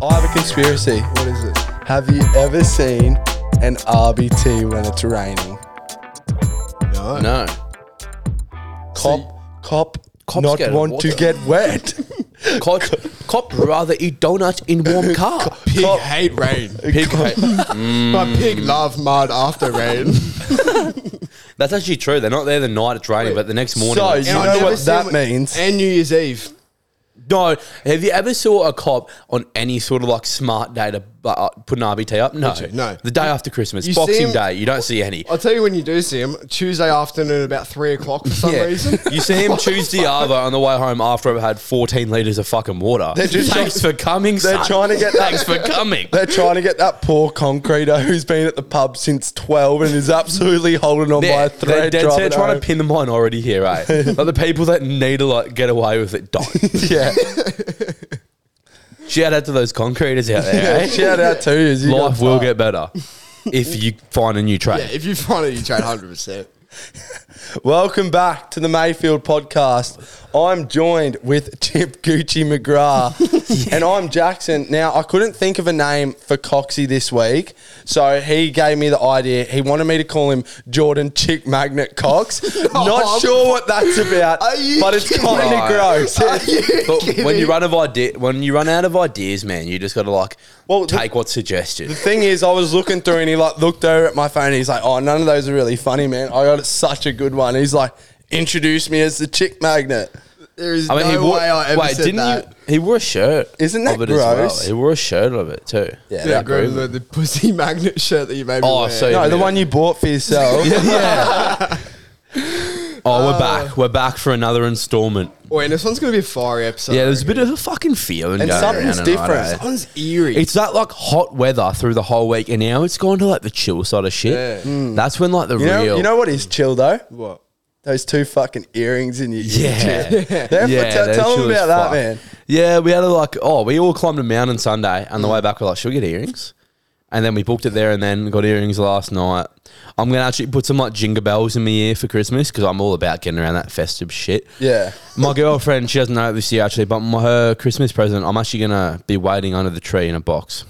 conspiracy. What is it? Have you ever seen an RBT when it's raining? No. No. Cop, cop, Cops not get want water. to get wet. Cop, cop rather eat donuts in warm car. Pig Cop- hate rain. Pig hate- My pig love mud after rain. That's actually true. They're not there the night it's raining, but the next morning. So, it's- you And I've know never what seen that one- means? And New Year's Eve. no. Have you ever saw a cop on any sort of like smart day to uh, put an RBT up? No. you? No. The day after Christmas, You see Boxing him- Day. You don't see any. I'll tell you when you do see him. Tuesday afternoon, about three o'clock for some reason. You see him choose the Arvo on the way home after I've had 14 litres of fucking water. They're just Thanks for coming, They're son. trying to get that- Thanks for coming. They're trying to get that poor concreter who's been at the pub since 12 and is absolutely holding on by a they're thread. dead driving set trying home. to pin the minority here, right? like the people that need to like get away with it don't. Yeah. Shout out to those concreters out there. eh? Shout out to you. you Life got will fucked. get better if you find a new trade. Yeah, if you find it, you trade 100%. Welcome back to the Mayfield podcast. I'm joined with Chip Gucci McGrath and I'm Jackson. Now, I couldn't think of a name for Coxie this week, so he gave me the idea. He wanted me to call him Jordan Chick Magnet Cox. Not I'm- sure what that's about, Are you but it's kidding? kind of Right. gross. But when you run of idea, when you run out of ideas, man, you just got to like Well, the- take what's suggested. The thing is, I was looking through and he like looked over at my phone. And he's like, "Oh, none of those are really funny, man. I got such a good one." He's like, "Introduce me as the chick magnet." There is I mean, no he wore, way I ever said didn't that. He, he wore a shirt. Isn't that of it as well. gross? He wore a shirt of it too. Yeah, yeah, that agree with the pussy magnet shirt that you made me Oh, wear. so- No, the Yeah. one you bought for yourself. Oh, we're back. We're back for another installment. Oh, and this one's going to be a fiery episode. Yeah, there's a bit of a fucking feeling. And going something's around tonight, different. eh? This one's eerie. It's that like hot weather through the whole week, and now it's gone to like the chill side of shit. Yeah. That's when like the You know, real. you know what is chill though? what? Those two fucking earrings in your yeah, ear. Therefore, tell- they're tell them chill as about that, fuck. man. Yeah, we had a like, oh, we all climbed a mountain Sunday. On the way back, we're like, should we get earrings? And then we booked it there and then got earrings last night. I'm going to actually put some like jingle bells in my ear for Christmas because I'm all about getting around that festive shit. Yeah. My girlfriend, she doesn't know it this year actually, but my, her Christmas present, I'm actually going to be waiting under the tree in a box.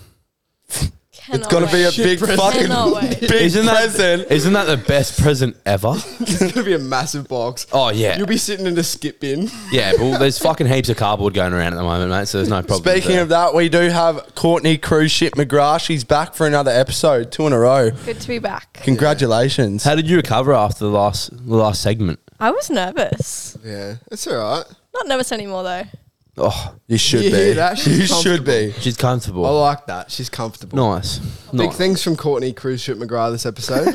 Oh It's got to be a big fucking Cannot wait. big Isn't that, present. isn't that the best present ever? It's going to be a massive box. Oh, yeah. You'll be sitting in a skip bin. Yeah, well, there's fucking heaps of cardboard going around at the moment, mate, so there's no problem. Speaking there. of that, we do have Courtney Cruise Ship McGrath. She's back for another episode, two in a row. Good to be back. Congratulations. How did you recover after the last, the last segment? I was nervous. Yeah, it's all right. Not nervous anymore though. Oh, You should You hear that? be. She's You should be. she's comfortable. I like that. She's comfortable. Nice. Big nice. things from Courtney Cruise Ship McGrath this episode.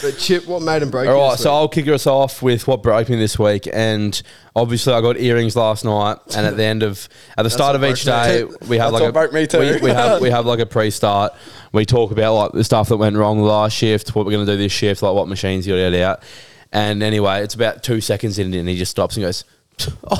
but Chip, what made him break All you right, this so week? I'll kick us off with what broke me this week, and obviously I got earrings last night, and at the end of at the start of what each broke me day we That's have like what a broke me too. We, we have we have like a pre-start. We talk about like the stuff that went wrong last shift, what we're gonna do this shift, like what machines you got out. And anyway, it's about two seconds in, and he just stops and goes,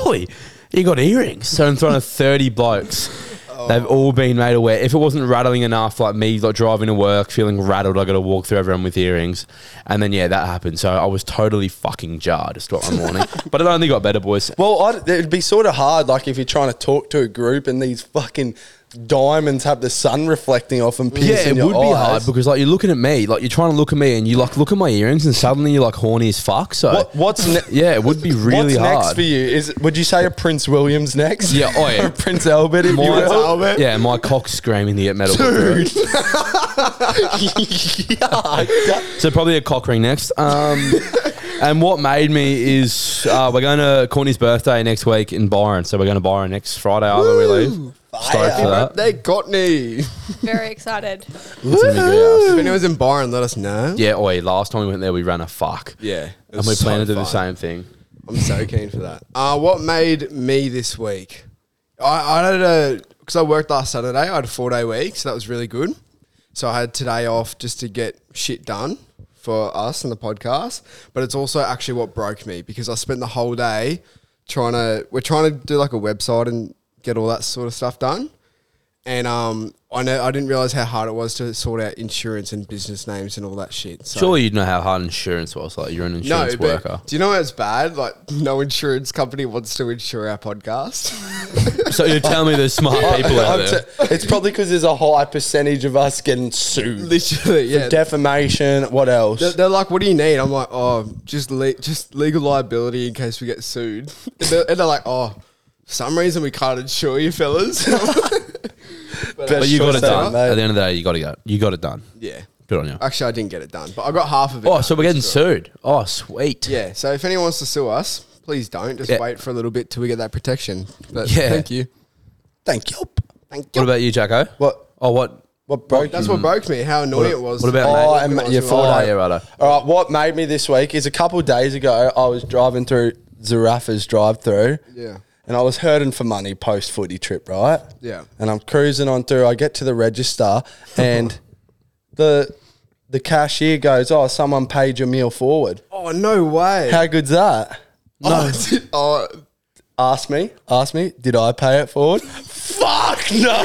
"Ollie, you got earrings." So in front of thirty blokes. Oh. They've all been made aware. If it wasn't rattling enough, like me, like driving to work, feeling rattled, I got to walk through everyone with earrings, and then yeah, that happened. So I was totally fucking jarred. It's not my morning, but it only got better, boys. Well, I'd, it'd be sort of hard, like if you're trying to talk to a group and these fucking diamonds have the sun reflecting off and Yeah, piercing it your would be hard eyes. because like you're looking at me, like you're trying to look at me, and you like look at my earrings, and suddenly you're like horny as fuck. So What- what's ne- yeah, it would be really What's hard. next for you? Is would you say a Prince William's next? Yeah, oh, yeah. Or Prince Albert. If you My- will. Albert? Yeah, my cock's screaming to get metal. So probably a cock ring next. Um, and what made me is uh, we're going to Courtney's birthday next week in Byron. So we're going to Byron next Friday after we leave. Stoked for that. They got me. Very excited. It's gonna be good. If anyone's in Byron, let us know. Yeah, oi, last time we went there, we ran a fuck. Yeah. And we plan to do the same thing. I'm so keen for that. Uh, what made me this week? I, I had a because I worked last Saturday. I had a four day week, so that was really good. So I had today off just to get shit done for us and the podcast. But it's also actually what broke me because I spent the whole day trying to. We're trying to do like a website and get all that sort of stuff done. And um, I know I didn't realize how hard it was to sort out insurance and business names and all that shit. So Surely you'd know how hard insurance was. Like, you're an insurance but worker. Do you know what's bad? Like, no insurance company wants to insure our podcast. So you tell me there's smart people out I'm there. t- it's probably because there's a high percentage of us getting sued. Literally, yeah. Defamation. What else? They're, they're like, "What do you need?" I'm like, "Oh, just le- just legal liability in case we get sued." And they're, and they're like, "Oh, for some reason we can't insure you, fellas." uh, But you got Best shot it done. ever, mate. At the end of the day, you got to go. You got it done. yeah, Good on you. actually, I didn't get it done, but I got half of it. Oh, done. so we're getting sued. Oh, sweet. yeah. So if anyone wants to sue us, please don't. Just Yeah. wait for a little bit till we get that protection. But Yeah. thank you, Thank you. thank you. What about you, Jacko? What? Oh, what? What broke That's you? what broke me. How annoying it was. what about- Oh, Mate, and what your was four it? day. Oh, yeah, righto. All right, what made me this week is a couple of days ago, I was driving through Zarafa's drive through. Yeah. And I was hurting for money post footy trip, right? Yeah. And I'm cruising on through. I get to the register and the the cashier goes, Oh, someone paid your meal forward. Oh no way. How good's that? no. Oh, Ask me, ask me, did I pay it forward? Fuck no,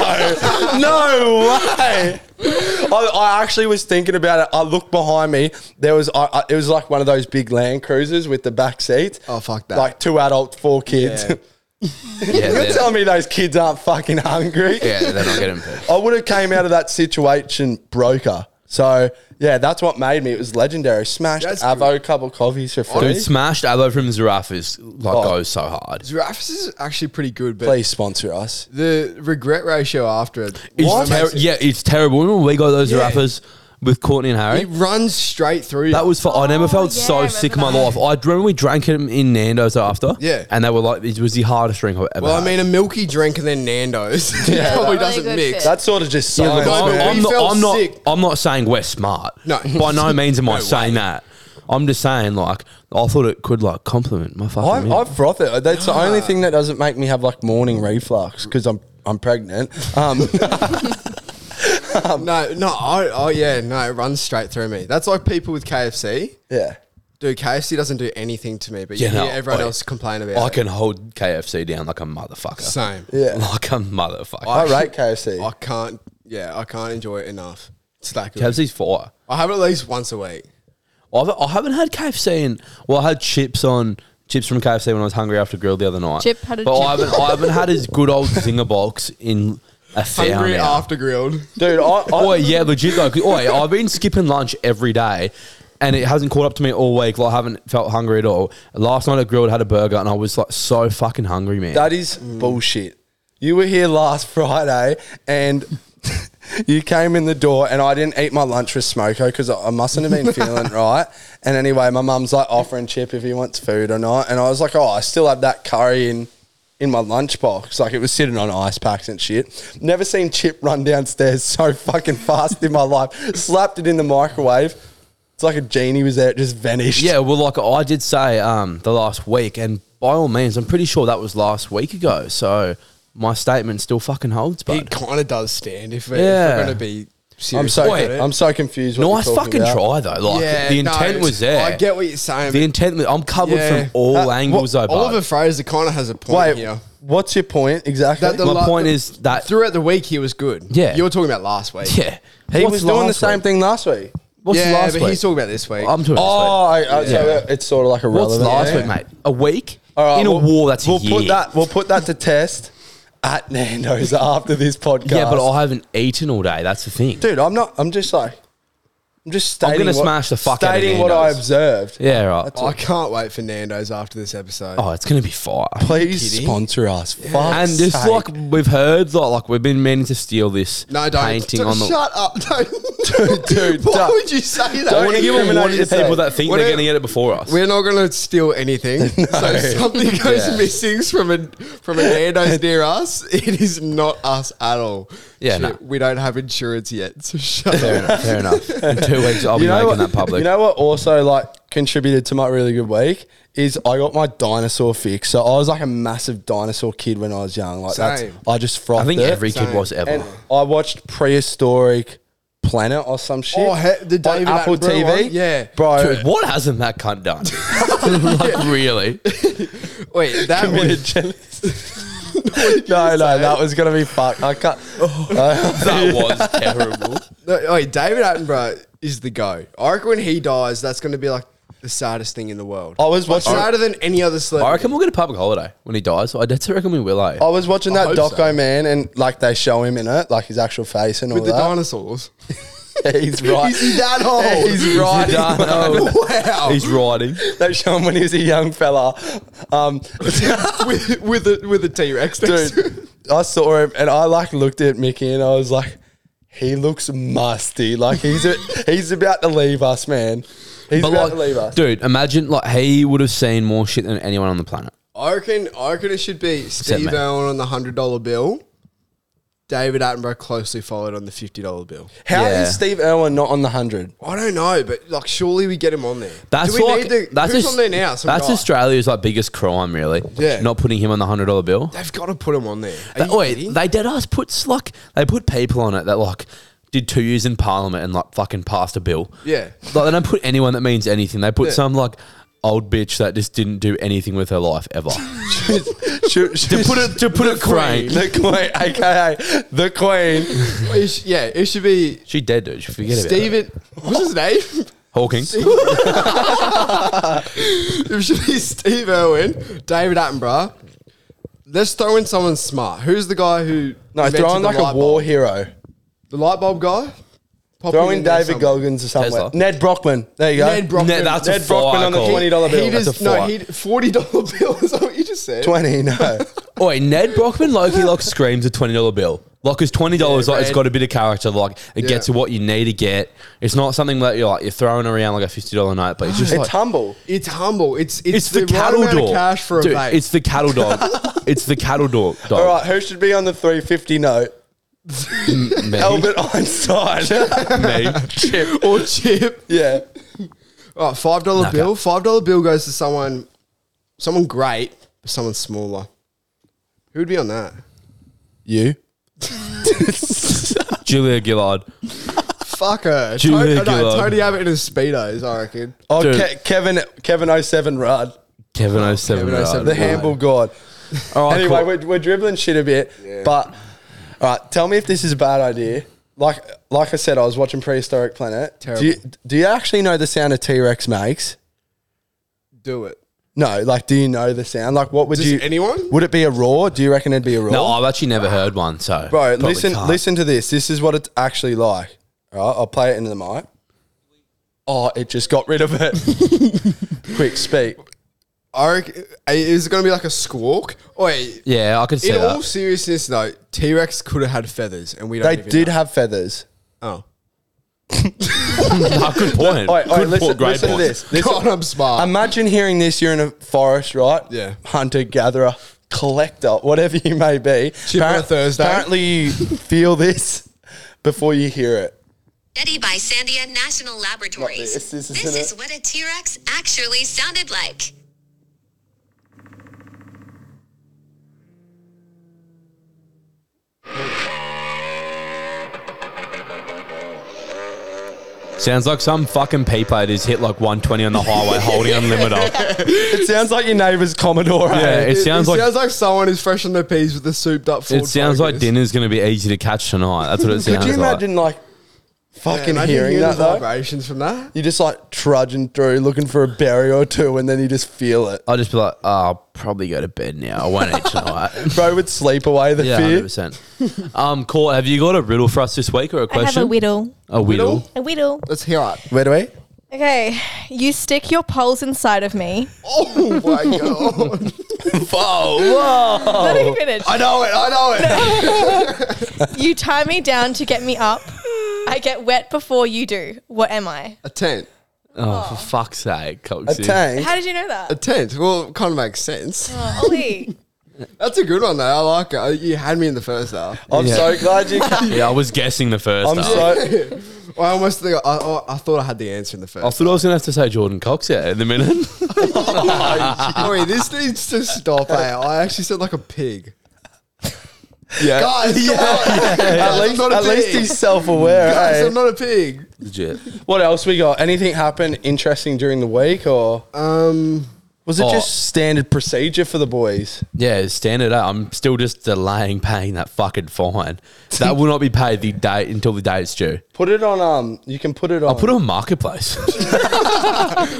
no way. I, I actually was thinking about it. I looked behind me. There was, I, I, it was like one of those big Land Cruisers with the back seats. Oh, fuck that. Like two adults, four kids. Yeah. Yeah, You're they're, telling me those kids aren't fucking hungry? yeah, they're not getting paid. I would have came out of that situation broker. So yeah, that's what made me. It was legendary. Smashed That's Avo, couple coffees for free. Dude, smashed elbow from Zarafas like Oh. goes so hard. Giraffes is actually pretty good, but Please sponsor us. the regret ratio after it. It's ter- yeah, it's terrible. Remember when we got those Yeah. Zarafas with Courtney and Harry? He runs straight through. That was for I never Oh, felt yeah, I so remember sick in my that. life. I remember we drank them in Nando's after. Yeah. and they were like, it was the hardest drink I've ever. well, I had. mean, a milky drink and then Nando's yeah, probably Really doesn't good mix. fit. That's sort of just Yeah, look, science. Oh, but I'm, man. we I'm not, felt I'm, sick. not, I'm not saying we're smart. No. by no means am I No saying that. I'm just saying, like, I thought it could like complement my fucking. I, meal. I froth it. That's the only thing that doesn't make me have like morning reflux because I'm I'm pregnant. Um, No, no, I, oh yeah, no, it runs straight through me. That's like people with KFC. yeah, Dude, KFC doesn't do anything to me, but you Yeah, hear no, everyone I- else complain about I it. can hold KFC down like a motherfucker. Same. Yeah. like a motherfucker. I rate KFC. I can't. Yeah, I can't enjoy it enough. It's that good. KFC's fire. I have it at least once a week. I've, I haven't had KFC in. Well, I had chips on chips from KFC when I was hungry after grill the other night. Chip had a but I chip. haven't. I haven't had his good old zinger box in a fair Hungry now. after grilled. dude. I, Oh I, yeah, legit though. 'cause- Oi, I've been skipping lunch every day, and it hasn't caught up to me all week. Like I haven't felt hungry at all. Last night I grilled, had a burger, and I was like so fucking hungry, man. that is Mm. bullshit. You were here last Friday and. You came in the door and I didn't eat my lunch with Smoko because I I mustn't have been feeling right. And anyway, my mum's like offering Chip if he wants food or not. And I was like, oh, I still have that curry in in my lunchbox. Like it was sitting on ice packs and shit. Never seen Chip run downstairs so fucking fast in my life. Slapped it in the microwave. It's like a genie was there, it just vanished. yeah, well, like I did say um, the last week, and by all means, I'm pretty sure that was last week ago. So my statement still fucking holds, He bud. kind of does stand if we're, Yeah. going to be serious. I'm so about Wait, it. I'm so confused. What Nice you're talking fucking about. try though. Like the no, intent was there. I get what you're saying. the but intent. was- I'm covered Yeah. from all Uh, angles what- though, bud. Oliver Fraser kind of has a point Wait, here. what's your point exactly? That the My la- point is that Throughout the week, he was good. Yeah. you were talking about last week. yeah, he What's was doing the last same week? thing last week. What's yeah, last but week? he's talking about this week. I'm doing. Oh, Oh, I, I, so Yeah. it's sort of like a what's last yeah. week, mate? A week All right, in a we'll- war. That's we'll a year. put that we'll put that to test at Nando's after this podcast. Yeah, but I haven't eaten all day. That's the thing. dude, I'm not. I'm just like, I'm just stating. gonna what- smash the fuck out of stating what I Nando's. observed. Yeah, right. I can't wait for Nando's after this episode. Oh, it's gonna be fire. Please kidding? sponsor us. And Fuck's it's sake. like we've heard, like, like we've been meaning to steal this no, don't. painting Don't- on the. shut up, don't. dude, Why don't- would you say that? don't I want to give a warning to incriminate people yourself. that think What they're if- going to get it before us. We're not going to steal anything. So if something goes Yeah. missing from a from a Nando's near us, it is not us at all. Yeah, Shit, no. we don't have insurance yet. So shut Fair up. enough. Fair enough. In two weeks, I'll be making that public. You know what also like contributed to my really good week is I got my dinosaur fix. So I was like a massive dinosaur kid when I was young. Like that's Same. I just frothed I think it. every kid Same. was ever. and I watched prehistoric planet or some shit. Oh, he- the David on Apple Attenborough TV. one? Yeah. bro. Dude, what hasn't that cunt done? like, really? Wait, that committed was genocide. no, no, that was gonna be fucked. I can't. That was terrible. no, wait. David Attenborough is the go. I reckon when he dies, that's going to be like the saddest thing in the world. I was watching- sadder than any other I celebrity. reckon we'll get a public holiday when he dies. I definitely reckon we will. eh? I was watching I that hope doco, man, and like they show him in it, like his actual face and with the all dinosaurs. that. he's right. Is he that old? He's right. Dano. wow. He's riding. they show him when he was a young fella. Um, with with a with a T Rex. dude, I saw him and I like looked at Mickey and I was like, he looks musty. Like he's a, he's about to leave us, man. He's But about like, to leave us. dude, imagine like he would have seen more shit than anyone on the planet. I reckon, I reckon it should be Steve mate. Owen on the hundred dollar bill. David Attenborough closely followed on the fifty dollar bill. How is Yeah. Steve Irwin not on the hundred? I don't know, but like, surely we get him on there. That's Do we like need to- that's who's just, on there now. Some that's guy. Australia's like biggest crime, really. Yeah. not putting him on the hundred dollar bill. They've got to put him on there. Are That, you wait, kidding? they dead ass puts like they put people on it that like did two years in parliament and like fucking passed a bill. Yeah. like they don't put anyone that means anything. They put Yeah. some like old bitch that just didn't do anything with her life ever. Should, should, to put it to put it queen, crank, the queen, aka the queen. It sh- yeah, it should be she dead dude. She forget about it. Stephen. What's his name? Hawking. it should be Steve Irwin, David Attenborough. Let's throw in someone smart. Who's the guy who? No, invented throw in the like a light war bulb? hero. The light bulb guy. Pop Throw him in there David somewhere. Goggins or somewhere. Tesla. Ned Brockman. There you go. Ned Brockman. Ned- that's a Ned Brockman fire on the call. twenty dollar bill. Oh. He That's does a no. fly. He forty dollar bill is what you just said. twenty. No. Oi, Ned Brockman Loki Lock screams a twenty dollar bill. Like is twenty dollars Yeah, like it's right. got a bit of character, like it Yeah. gets you what you need to get. It's not something that you're like you're throwing around like a fifty dollar note, but it's just it's like humble. It's humble. It's it's, it's the, cattle right amount dog. of cash for Dude, a bait. It's the cattle dog. it's the cattle dog. dog. All right, who should be on the three fifty note? Me. Albert Einstein. Me. or chip. yeah. All right, five dollar Nah, bill. Five dollar bill goes to someone, someone great, but someone smaller. Who would be on that? You. Julia Gillard. Fuck her. Julia Tony, no, Gillard. Tony Abbott in his speedos, I reckon. Oh, Dude. Ke- Kevin. Kevin 07 Rudd, Kevin 07. Kevin 07. the No. handball god. All right, anyway, cool. we're, we're dribbling shit a bit, Yeah. but all right. Tell me if this is a bad idea. Like, like I said, I was watching Prehistoric Planet. Terrible. Do you, do you actually know the sound a T Rex makes? Do it. No, like, do you know the sound? Like, what would Just you? anyone? Would it be a roar? Do you reckon it'd be a roar? No, I've actually never heard one, so. bro. probably Listen, can't. listen to this. This is what it's actually like. All right, I'll play it into the mic. Oh, it just got rid of it. Quick, speak. I reckon, uh, is it going to be like a squawk? Wait. Yeah, I could see In all that. seriousness, though, T Rex could have had feathers, and we don't. They even did know. have feathers. Oh, No, good point. All right, all right, Good listen, point, great listen to point. this. Listen- God, I'm smart. Imagine hearing this. You're in a forest, right? Yeah. Hunter, gatherer, collector, whatever you may be. Chip on a Thursday. Apparently, you feel this before you hear it. Study by Sandia National Laboratories. Not this, This, this is isn't it. what a T Rex actually sounded like. Sounds like some fucking peeper that is hit like 120 on the highway holding on limiter. It sounds like your neighbour's Commodore. eh? Yeah, it sounds like sounds like someone who's fresh on their peas with a souped up. Ford it sounds like Focus. dinner's going to be easy to catch tonight. That's what it sounds Could you like. imagine like fucking Imagine hearing that the though? vibrations from that. You're just like trudging through, looking for a berry or two, and then you just feel it. I'll just be like, oh, I'll probably go to bed now. I won't eat tonight. Bro would sleep away the yeah, fear. hundred percent. Um, Court, have you got a riddle for us this week or a I have question? a whittle. A whittle. Riddle? A whittle. Let's hear it. Where do we? Okay, you stick your poles inside of me. Oh my god! Oh. Let me finish. I know it. I know it. You tie me down to get me up. Hmm. I get wet before you do. What am I? A tent. Oh, for fuck's sake, A Coxie. tank. How did you know A that? tent. Well, kind of makes sense. Oh, Ollie. That's a good one though. I like it. You had me in the first half. I'm Yeah. so glad you. Came. Yeah, I was guessing the first. I'm half. so. I almost think I, I, I thought I had the answer in the I first. thought I was gonna have to say Jordan Cox yeah, in a minute. Wait, this needs to stop. eh? I actually said like a pig. Yeah. Guys, yeah, at least, at least he's self-aware. eh? I'm not a pig. Legit. What else we got? Anything happen interesting during the week or Um, Was it Oh. just standard procedure for the boys? Yeah, it's standard. eh? I'm still just delaying paying that fucking fine. That will not be paid the date until the day it's due. Put it on. Um, you can put it on. I'll put it on marketplace.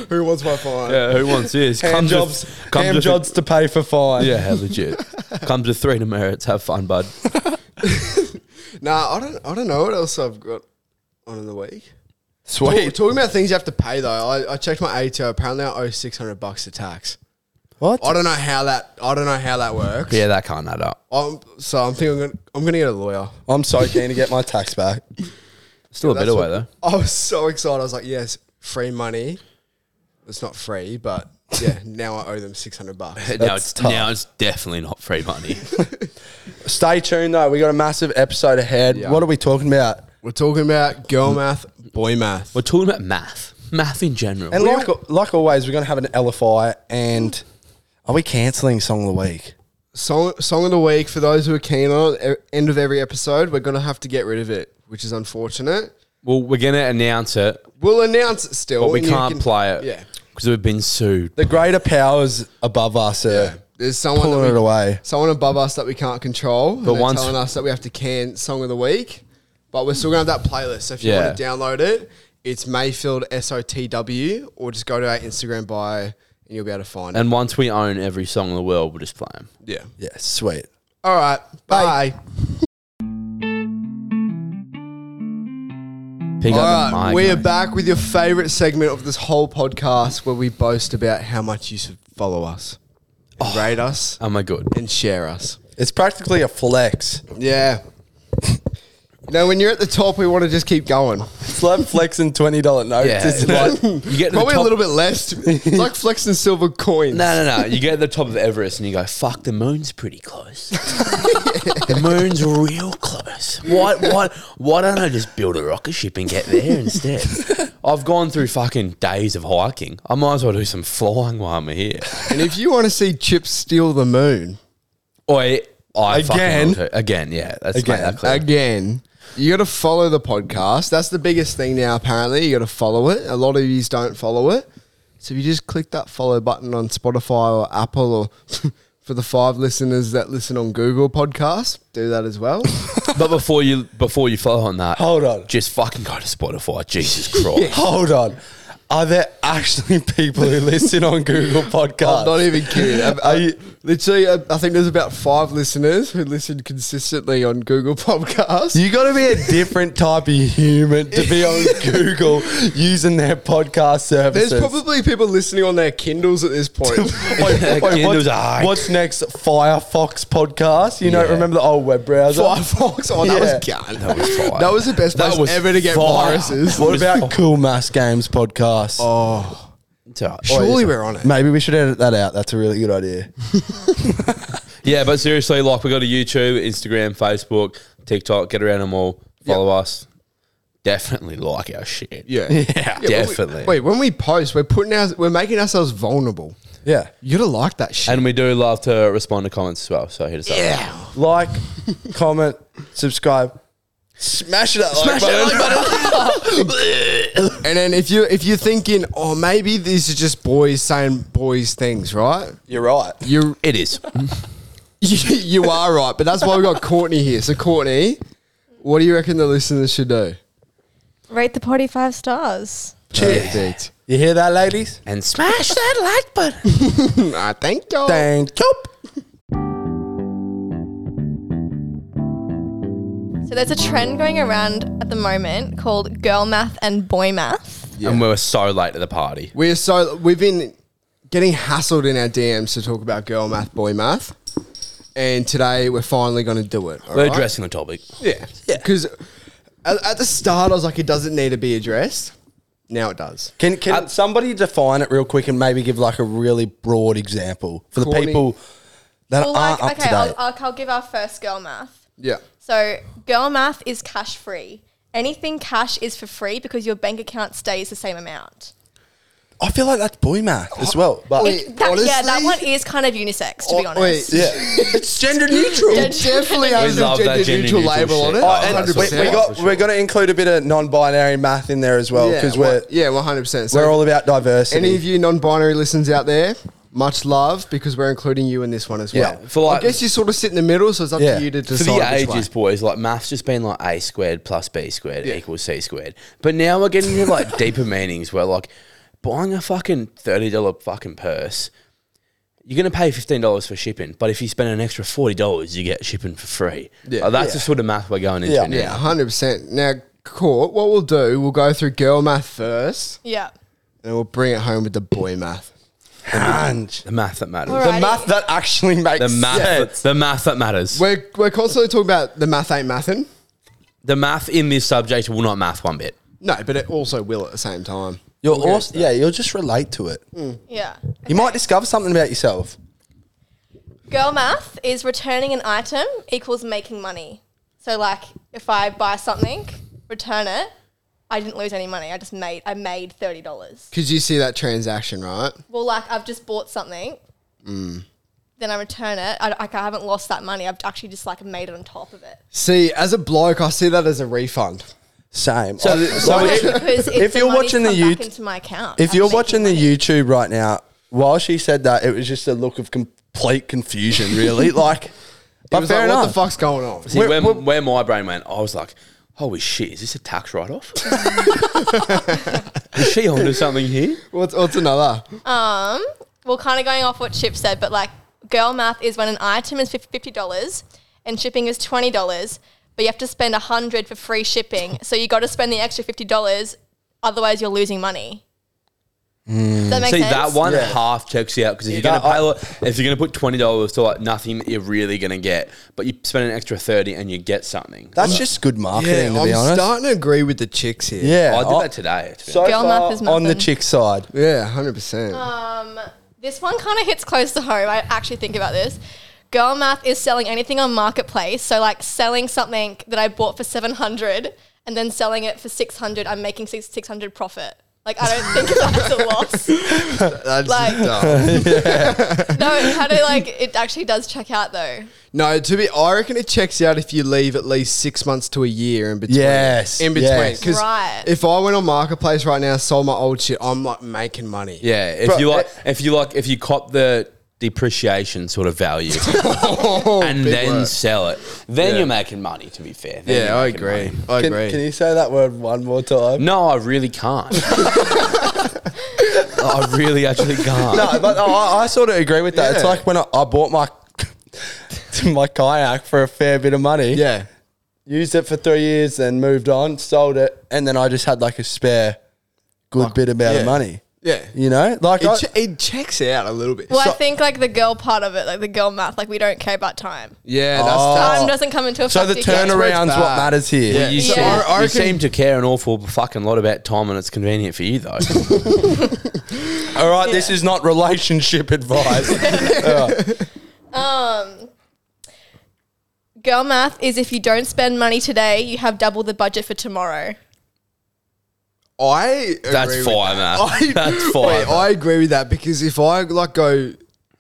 Who wants my fine? yeah, who wants this? hand Comes jobs. With, comes hand with- jobs to pay for fine. Yeah, legit. comes with three demerits. Have fun, bud. Nah, I don't. I don't know what else I've got on in the week. Talk, Sweet. talking about things you have to pay though. I, I checked my ATO. Apparently, I owe six hundred bucks to tax. What? I don't know how that. I don't know how that works. Yeah, that can't add up. I'm, so I'm thinking I'm gonna, I'm gonna get a lawyer. I'm so keen to get my tax back. Still a That's better way what- though. I was so excited. I was like, yes, free money. It's not free, but yeah, now I owe them six hundred bucks. now it's tough. now it's definitely not free money. Stay tuned though. We got a massive episode ahead. Yeah. What are we talking about? We're talking about girl math, boy math. We're talking about math, math in general. And like, like always, we're gonna have an LFI. And are we cancelling song of the week? Song song of the week for those who are keen on it. e- End of every episode, we're gonna have to get rid of it, which is unfortunate. well, we're gonna announce it, We'll announce it still, but we and you can't can- play it. Yeah, because we've been sued. The greater powers above us are there's someone that pulling we, it away. someone above us that we can't control. But once- telling us that we have to can song of the week, but we're still gonna have that playlist. So if you Yeah. want to download it, it's Mayfield S O T W, or just go to our Instagram bio and you'll be able to find it. And once we own every song in the world, we'll just play them. Yeah. Yeah, sweet. All right. Bye. bye. Pick All up the right, mic, we are mate. back with your favorite segment of this whole podcast where we boast about how much you should follow us, and rate us, Oh my god. and share us. It's practically a flex. Yeah. now, when you're at the top, we want to just keep going. It's like flexing twenty dollar notes. Yeah, isn't like, it? you get to the Probably top- a little bit less. to- It's like flexing silver coins. No, no, no. You get to the top of Everest and you go, "Fuck, the moon's pretty close. the moon's real close. Why, why, why don't I just build a rocket ship and get there instead? I've gone through fucking days of hiking. I might as well do some flying while I'm here. And if you want to see Chip steal the moon Oi, I fucking Again. will too. again, yeah, that's again, that clear. again, you got to follow the podcast. That's the biggest thing now. Apparently, you got to follow it. A lot of yous don't follow it, so if you just click that follow button on Spotify or Apple, or for the five listeners that listen on Google Podcasts, do that as well. But before you, before you follow on that, Hold on. just fucking go to Spotify. Jesus Christ. Hold on. Are there actually people who listen on Google Podcasts? I'm not e- even kidding. I, Are you- literally, I, uh, I think there's about five listeners who listen consistently on Google Podcasts. You got to be a different type of human to be on Google using their podcast services. there's probably people listening on their Kindles at this point. Wait, wait, Kindle's what's, alright. what's next? Firefox podcast. You know, Yeah. remember the old web browser. Firefox. Oh, that was Yeah. gun. That was fire. That was the best That place was ever to get fire. viruses. What about Cool Mass Games podcast? It's all right. Oh, Surely we're on it. Maybe we should edit that out. That's a really good idea. Yeah, but seriously, like we got a YouTube, Instagram, Facebook, TikTok. Get around them all. Follow us. Definitely like our shit. Yeah. Yeah, when we- definitely. wait, when we post, we're putting our, we're making ourselves vulnerable. Yeah. You gotta like that shit. And we do love to respond to comments as well. So hit us up. Like, comment, subscribe. Smash that like button. And then if you if you're thinking, oh, maybe this is just boys saying boys things, right? You're right. You It is. you, you are right, but that's why we got Courtney here. So Courtney, what do you reckon the listeners should do? Rate the potty five stars. Perfect. You hear that, ladies? And smash that like button. I thank you. Thank you. So there's a trend going around at the moment called girl math and boy math. And we were so late to the party. We're so we've been getting hassled in our DMs to talk about girl math, boy math, and today we're finally going to do it. all We're right? addressing the topic. yeah, Because at, at the start, I was like, it doesn't need to be addressed. Now it does. Can can somebody define it real quick and maybe give like a really broad example for the Courtney- people that Well, aren't like, Uh-uh, up okay, to I'll, date? I'll, I'll give our first girl math. Yeah. So girl math is cash free. Anything cash is for free because your bank account stays the same amount. I feel like that's boy math as well, but Wait, That- yeah, that honestly? one is kind of unisex, to Oh, be honest. Wait, yeah, it's gender neutral. Yeah, it definitely has a love that gender, gender neutral neutral label on shit. it. Oh, Oh, and we, 100%. we got we're going to include a bit of non-binary math in there as well yeah, because one- we're yeah, one hundred percent. we're all about diversity. Any of you non-binary listeners out there, Much love because we're including you in this one as Yeah, well. for like- I guess you sort of sit in the middle, so it's up Yeah. to you to For For decide. the which way. ages, boys, like maths just been like a squared plus b squared equals c squared. But now we're getting to like deeper meanings where like buying a fucking thirty dollar fucking purse, you're gonna pay fifteen dollars for shipping. But if you spend an extra forty dollars, you get shipping for free. Yeah, that's the sort of math we're going into Yeah. now. Yeah, hundred percent. Now, court. What we'll do, we'll go through girl math first, Yeah. and we'll bring it home with the boy math. Hand. The math that matters. The Alrighty. math that actually makes The math. sense. The math that matters. We're we're constantly talking about the math ain't mathin. The math in this subject will not math one bit. No, but it also will at the same time. You'll also, yeah, you'll just relate to it. Yeah. You might discover something about yourself. Girl math is returning an item equals making money. So like if I buy something, return it, I didn't lose any money. I just made I made thirty dollars. Because you see that transaction, right? Well, like I've just bought something. Mm. Then I return it. I, like, I haven't lost that money. I've actually just like made it on top of it. See, as a bloke, I see that as a refund. Same. So, I- so like- Because if, you're watching the YouTube, into my account. If I'm you're making watching the money. YouTube right now, while she said that, it was just a look of complete confusion, really. like, It but was fair like, enough. What the fuck's going on? See, We're- where, we're- where my brain went, I was like, holy shit, is this a tax write off? is she onto something here? What's, what's another? Um, well, kind of going off what Chip said, but like girl math is when an item is fif- fifty dollars and shipping is twenty dollars, but you have to spend a hundred for free shipping. so you got to spend the extra fifty dollars, otherze you're losing money. Does that make See, sense? that one Yeah. half checks you out because if you're going to pay, like, if you're going to put twenty dollars to like nothing, that you're really going to get, but you spend an extra thirty and you get something. That's just good marketing, Yeah, to be I'm honest. starting to agree with the chicks here. yeah. I did I- that today. to be So Girl far, math is on the nothing. chick side. Yeah, 100%. This one kind of hits close to home. I actually think about this. Girl math is selling anything on marketplace. So like selling something that I bought for seven hundred and then selling it for six hundred. I'm making six hundred profit. Like I don't think that's a loss. That's like- dumb. No, how do like it actually does check out though. no, to be, I reckon it checks out if you leave at least six months to a year in between. Yes, In between. yes. Because Right. if I went on Marketplace right now, sold my old shit, I'm like making money. Yeah, if Bro, you like, if you like, if you cop the depreciation sort of value and big then word. sell it, then Yeah. you're making money. To be fair, Then Yeah, you're I making agree. money. I Can, agree. can you say that word one more time? No, I really can't. I really actually can't. no, but I, I sort of agree with that. It's Yeah. like when I, I bought my my kayak for a fair bit of money. yeah. used it for three years, then moved on, sold it, and then I just had like a spare good bit amount yeah. of money. Yeah. You know, like I, It, che- it checks out a little bit. Well, So- I think like the girl part of it, like the girl math, like we don't care about time. yeah, that's Oh. that's- Time doesn't come into effect. so the again. turnaround's That's where it's what bad. matters here. Well, you, Yeah. seem, I- I you reckon- seem to care an awful fucking lot about time, and it's convenient for you though. All right, this is not relationship advice. um, Girl math is if you don't spend money today, you have double the budget for tomorrow. I agree That's with fire, that. man. That's fire. Wait, I agree with that because if I like go,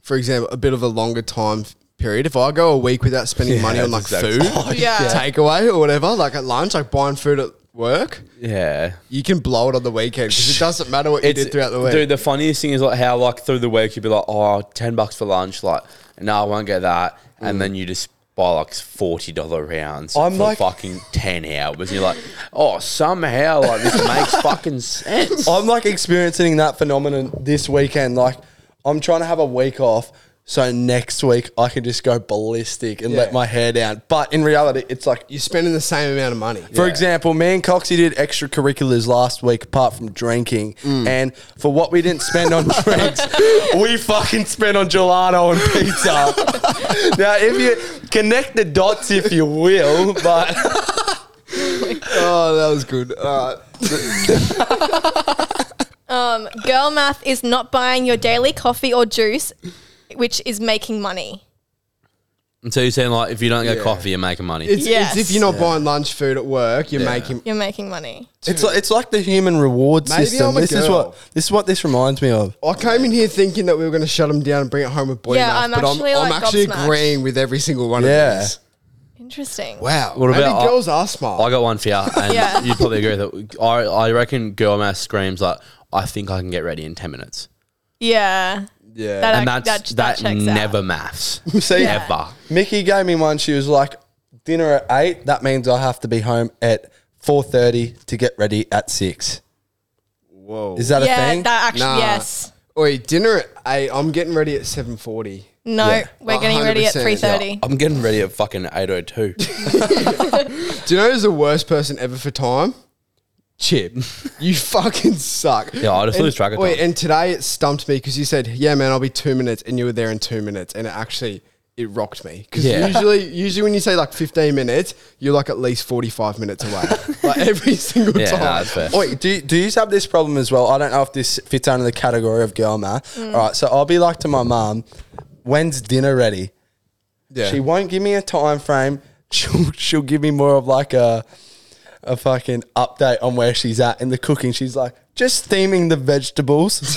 for example, a bit of a longer time f- period, if I go a week without spending money on like that's food, exact- yeah. takeaway or whatever, like at lunch, like buying food at work, yeah. you can blow it on the weekend because it doesn't matter what you did throughout the week. Dude, the funniest thing is like how like through the week you'd be like, oh, 10 bucks for lunch, like, no, I won't get that. Mm. And then you just buy like forty dollar rounds I'm for like- fucking ten hours. And you're like, oh, somehow like this makes fucking sense. I'm like experiencing that phenomenon this weekend. Like, I'm trying to have a week off so next week I can just go ballistic and let Yeah. my hair down. But in reality, it's like, You're spending the same amount of money. for example, me and Coxie did extracurriculars last week apart from drinking. Mm. And for what we didn't spend on drinks, we fucking spent on gelato and pizza. now, if you connect the dots, if you will, but oh, that was good. All right. Girl math is not buying your daily coffee or juice, which is making money. And so you're saying like if you don't get Yeah. coffee, you're making money. It's, Yes. it's if you're not buying lunch food at work, you're making. You're making money. it's like, it's like the human reward Maybe system. I'm a this is girl. what this is what this reminds me of. I came in here thinking that we were going to shut them down and bring it home with boy Yeah, math, I'm but actually, I'm, I'm like, actually gobsmacked. agreeing with every single one Yeah. of these. Interesting. Wow. What Maybe about- uh, girls are smart? I got one for you, and Yeah. you'd probably agree with it. I, I reckon girl mass screams like, I think I can get ready in 10 minutes. Yeah. Yeah. That and Like, that's that- that, that checks out. never maths. See, Ever. Mickey gave me one. She was like, "Dinner at eight. That means I have to be home at four thirty to get ready at 6. Whoa. Is that a yeah, thing? that actually, Nah. yes. Oi, dinner at eight. I'm getting ready at seven forty. No, we're getting ready at 100%, 3.30. I'm getting ready at fucking eight oh two. Do you know who's the worst person ever for time? Chip. You fucking suck. Yeah, I just And- lose track of Wait, time. and today it stumped me because you said, "Yeah, man, I'll be two minutes," and you were there in two minutes, and it actually it rocked me because Yeah. usually, usually when you say like fifteen minutes, you're like at least forty five minutes away, like every single Yeah, time. no, that's fair. Oi, do, do you have this problem as well? I don't know if this fits under the category of girl math. All right, so I'll be like to my mum, when's dinner ready? Yeah. She won't give me a time frame. She'll, she'll give me more of like a a fucking update on where she's at in the cooking. She's like, just steaming the vegetables.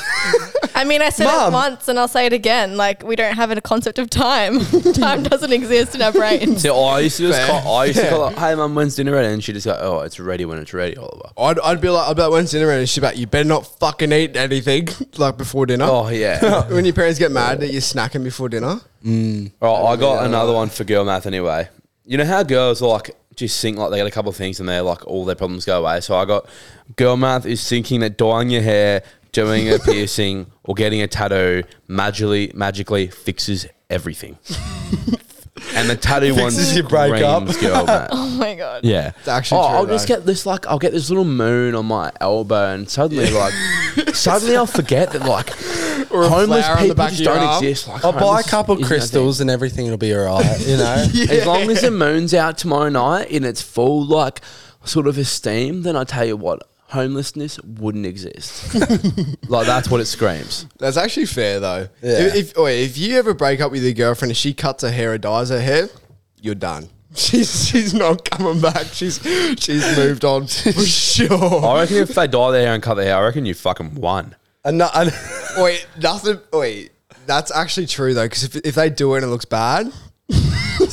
I mean, I said Mum. it once and I'll say it again. Like, we don't have a concept of time. time doesn't exist in our brains. See, I used to just call, I used to call like, hey mum, when's dinner ready? And she just go, oh, it's ready when it's ready, Oliver. I'd, I'd be like, I'd be like, when's dinner? And she'd be like, you better not fucking eat anything like before dinner. Oh yeah. When your parents get mad that you're snacking before dinner. All right, Oh, I got another one for girl math anyway. You know how girls like just think like they get a couple of things and they're like all their problems go away. So I got girl math is thinking that dyeing your hair, doing a piercing, or getting a tattoo magically magically fixes everything. and the tattoo one Fixes your breakup. screams girl math. Oh my God. Yeah, it's actually Oh, true, I'll just though. get this like I'll get this little moon on my elbow, and suddenly like suddenly I'll forget that like Or a homeless flower on the people back just of your don't arm. exist. Like, I'll buy a homeless couple isn't a thing. crystals and everything will be all right, you know? As long as the moon's out tomorrow night and it's full, like, sort of esteem, then I tell you what, homelessness wouldn't exist. like, that's what it screams. That's actually fair though. Yeah. If if, oi, if you ever break up with your girlfriend and she cuts her hair or dyes her hair, you're done. She's she's not coming back. She's she's moved on for sure. I reckon if they dye their hair and cut their hair, I reckon you fucking won. And, no- and Wait, nothing. Wait, that's actually true though. Because if, if they do it and it looks bad,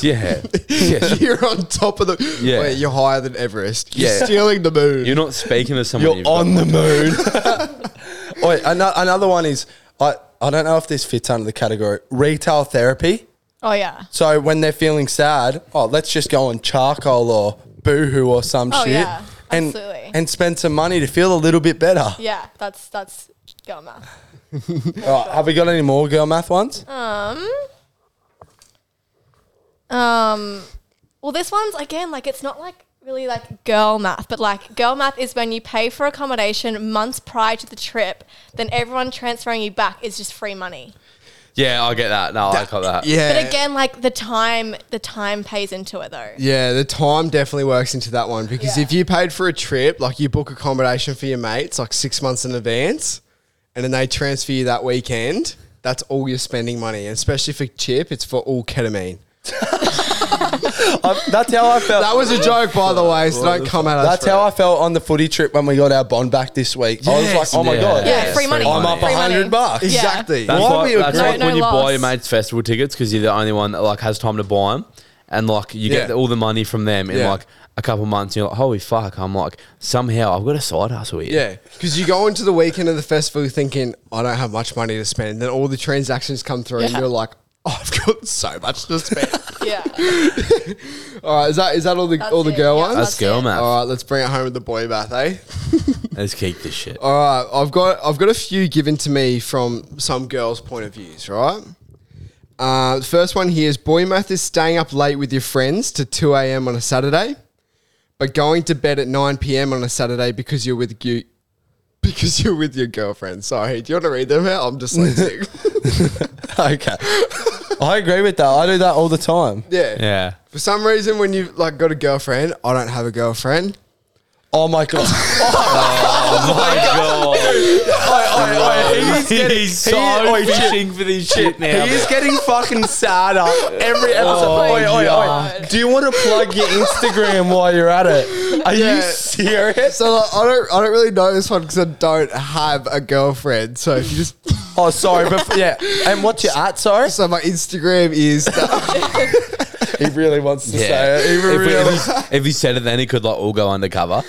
Yeah. yeah. you're on top of the. Yeah. Wait, you're higher than Everest. You're Yeah. stealing the moon. You're not speaking to you're someone. you've got- on the moon. Wait, another one is, I, I don't know if this fits under the category, retail therapy. Oh, yeah. So when they're feeling sad, oh, let's just go on charcoal or boohoo or some Oh, shit, yeah. and Absolutely. and spend some money to feel a little bit better. Yeah, that's, that's girl math. All right, have we got any more girl math ones? Um. Um. Well, this one's again like it's not like really like girl math, but like girl math is when you pay for accommodation months prior to the trip, then everyone transferring you back is just free money. Yeah, I get that. No, I got that. yeah. But again, like the time, the time pays into it though. Yeah, the time definitely works into that one because Yeah. if you paid for a trip, like you book accommodation for your mates like six months in advance, and then they transfer you that weekend, that's all you're spending money. And especially for chip, it's for all ketamine. I- that's how I felt. That was a joke, by the way. So don't come at us. that's for how it. I felt on the footy trip when we got our bond back this week. I was Yes. like, oh my Yeah. god, Oh, Yeah, Yeah, free free money. I'm up free money. hundred bucks. Yeah. exactly. That's Why why we that's agree- like No, when no you buy loss. your mates festival tickets because you're the only one that like has time to buy them, and like you Yeah. get all the money from them in Yeah. like a couple months. And you're like, holy fuck! I'm like, somehow I've got a side hustle here. Yeah, because you go into the weekend of the festival thinking, I don't have much money to spend. Then all the transactions come through and Yeah. you're like, "Oh, I've got so much to spend. Yeah. all right, is that is that all the That's all the it, girl yeah. ones? that's, That's girl it. math. all right, let's bring it home with the boy bath, eh? Let's keep this shit. All right, I've got I've got a few given to me from some girls' point of views. Right, uh, the first one here is boy math is staying up late with your friends to two a.m. on a Saturday, but going to bed at nine p.m. on a Saturday because you're with you because you're with your girlfriend. Sorry, do you want to read them out? I'm just like, okay, I agree with that. I do that all the time. yeah. Yeah. For some reason, when you like got a girlfriend, I don't have a girlfriend. Oh my god. he's, so fishing for this shit now. He is getting fucking sadder every episode. Oh, Oi, oi, oi. God. Do you want to plug your Instagram while you're at it? Are you Yeah. serious? So like, I don't I don't really know this one because I don't have a girlfriend. So if you just Oh, sorry, but yeah. And what's your at? Sorry, so my Instagram is. he really wants to Yeah. say it. He If, we, really- if, he, if he said it, then he could like all go undercover.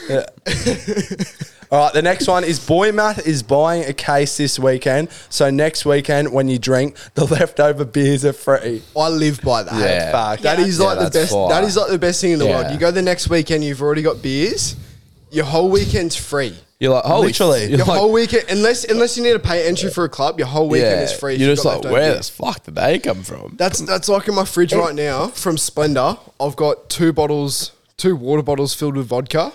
All right, the next one is Boy Math is buying a case this weekend. So next weekend, when you drink, the leftover beers are free. I live by that. Yeah. Fuck, That Yeah. is Yeah, like the that's best. fire. That is like the best thing in the Yeah. world. You go the next weekend, you've already got beers. Your whole weekend's free. You're like, holy Literally. Your f- Oh, you're Your like, whole weekend, unless unless you need to pay entry for a club, your whole weekend is free. if You're you've just got like, leftover where the beers. fuck did they come from? That's that's like in my fridge right now from Splendor. I've got two bottles, two water bottles filled with vodka.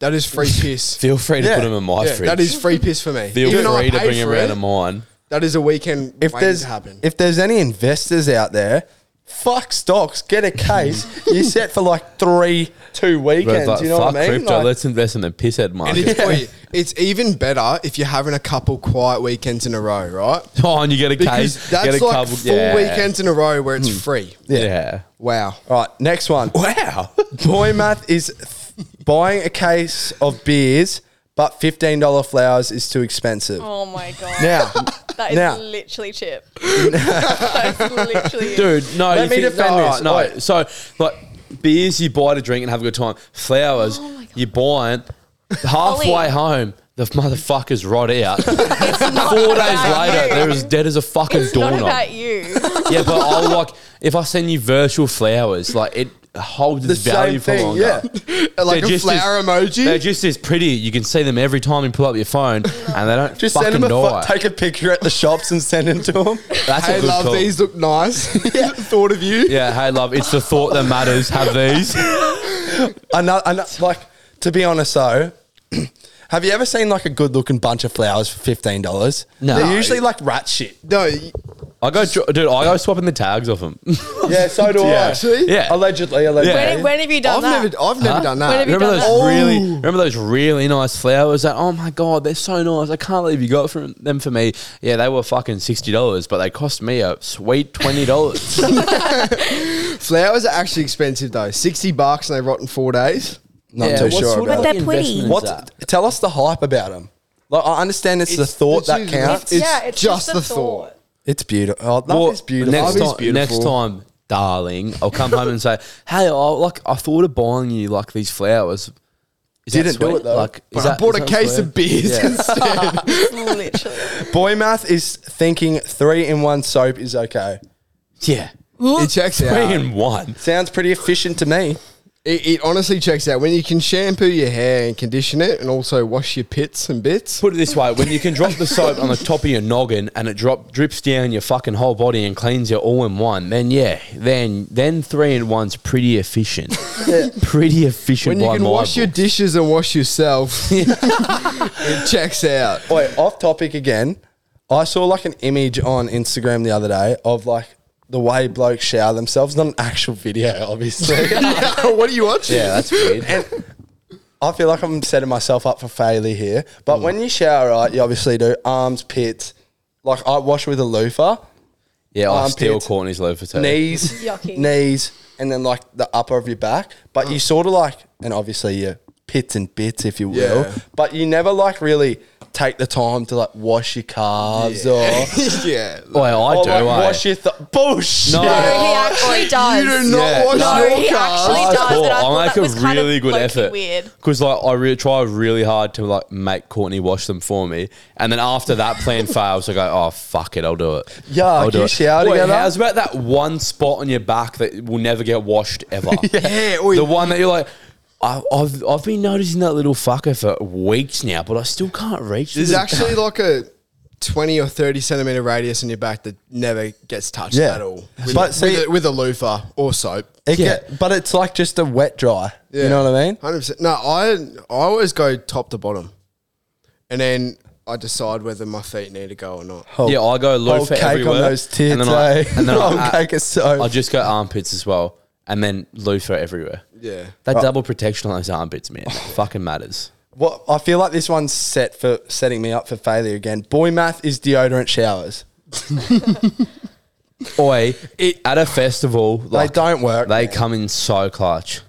That is free piss. Feel free to Yeah. put them in my Yeah, fridge. that is free piss for me. Feel Even though I free to paid bring for around it, a mine. That is a weekend. If there's to happen, if there's any investors out there, fuck stocks, get a case. You're set for like three, two Bro, weekends. it's like, you know fuck what I mean? crypto, Like, let's invest in the pisshead And market. it's, oi, it's even better if you're having a couple quiet weekends in a row, right? Oh, and you get a Because case. that's get a like couple, four yeah. weekends in a row where it's free. Yeah. Wow. Hmm. all right, next one. Wow. Boy Math is th- buying a case of beers, but fifteen dollar flowers is too expensive. Oh my god. Now, That is Now. literally chip. That's literally it. Dude, no. Let you me think- defend no, this. No, Oi. so like beers you buy to drink and have a good time. Flowers you buy it halfway Oh Ollie. home. The motherfuckers rot out. Four days It's not about later, you. they're as dead as a fucking It's not doorknob. about you. Yeah, but I'll like if I send you virtual flowers, like it holds its the value same for thing, longer. yeah. Like a just as- flower emoji. They're just as pretty. You can see them every time you pull up your phone, and they don't Just fucking send him a die. fu- take a picture at the shops and send it to him. That's hey, a good love, call. these look nice. Thought of you. Yeah, hey love, it's the thought that matters. Have these. Another, like to be honest though, have you ever seen like a good looking bunch of flowers for fifteen dollars? No. they're usually like rat shit. No, y- I go, dr- dude. I go swapping the tags off them. Yeah, so do Yeah. I. Actually? Yeah. allegedly, allegedly. When, when have you done I've that? never, I've never done When that. have you remember done those that? really, remember those really nice flowers that? Oh my god, they're so nice. I can't believe you got from them for me. Yeah, they were fucking sixty dollars, but they cost me a sweet twenty dollars. Flowers are actually expensive though. Sixty bucks and they rot in four days. Not too sure about. But it. they're pretty. What? Tell us the hype about them. Like, I understand it's, the It's- thought it's that usually- counts. It's just the thought. It's beautiful. Oh, love is beautiful. Next Love is time, beautiful. next time, darling, I'll come home and say, "Hey, I like I thought of buying you like these flowers." Is that Didn't do sweet? it, though. Like, is But I that- bought is a that case sweet? of beers Yeah. instead. Literally. Boy math is thinking three in one soap is okay. Yeah, it checks out. three in one. Sounds pretty efficient to me. It, it honestly checks out when you can shampoo your hair and condition it, and also wash your pits and bits. Put it this way: when you can drop the soap on the top of your noggin and it drop drips down your fucking whole body and cleans you all in one, then yeah, then then three in one's pretty efficient. pretty efficient. When you by can my wash your book. dishes and wash yourself, it checks out. Wait, off topic again. I saw like an image on Instagram the other day of like the way blokes shower themselves. Not an actual video, obviously. what do you watch? yeah, that's weird. I feel like I'm setting myself up for failure here. But Hmm. when you shower, right, you obviously do arms, pits. Like I wash with a loofah, yeah, I steal armpits, Courtney's low for knees, Yucky. knees, and then like the upper of your back. But you Hmm. sort of like, and obviously your pits and bits, if you will. Yeah. But you never like really take the time to like wash your calves or yeah. Boy, I Oh, Or, do. like, I. wash your th- bullshit. No. No, he actually does. You do not Yeah, Oh, wash Oh, no, your he cars. actually That's does. cool. And I thought I make that a was kind really of good low-key effort. Weird. Because like I re- try really hard to like make Courtney wash them for me, and then after that plan fails, I go, "Oh fuck it, I'll do it." Yeah, I'll you shower Wait, together? how's about that one spot on your back that will never get washed ever? Yeah, oi. the one that you're like. I- I've, I've been noticing that little fucker for weeks now, but I still can't reach There's it. actually like a 20 or 30 centimeter radius in your back that never gets touched Yeah. at all. With, But with see- a, with a loofah or soap. It Yeah. get- but it's like just a wet dry. You know what I mean? 100%. No, I, I always go top to bottom. And then I decide whether my feet need to go or not. Oh, Yeah, I go low whole for cake everywhere. on those tits, and then I, eh? and then Whole I, cake of soap. I just go armpits as well, and then loofah everywhere. Yeah. That Oh. double protection on those armpits, man, fucking matters. What I feel like this one's set for setting me up for failure again. Boy math is deodorant showers. Oi, at a festival, like, don't work, They man. come in so clutch.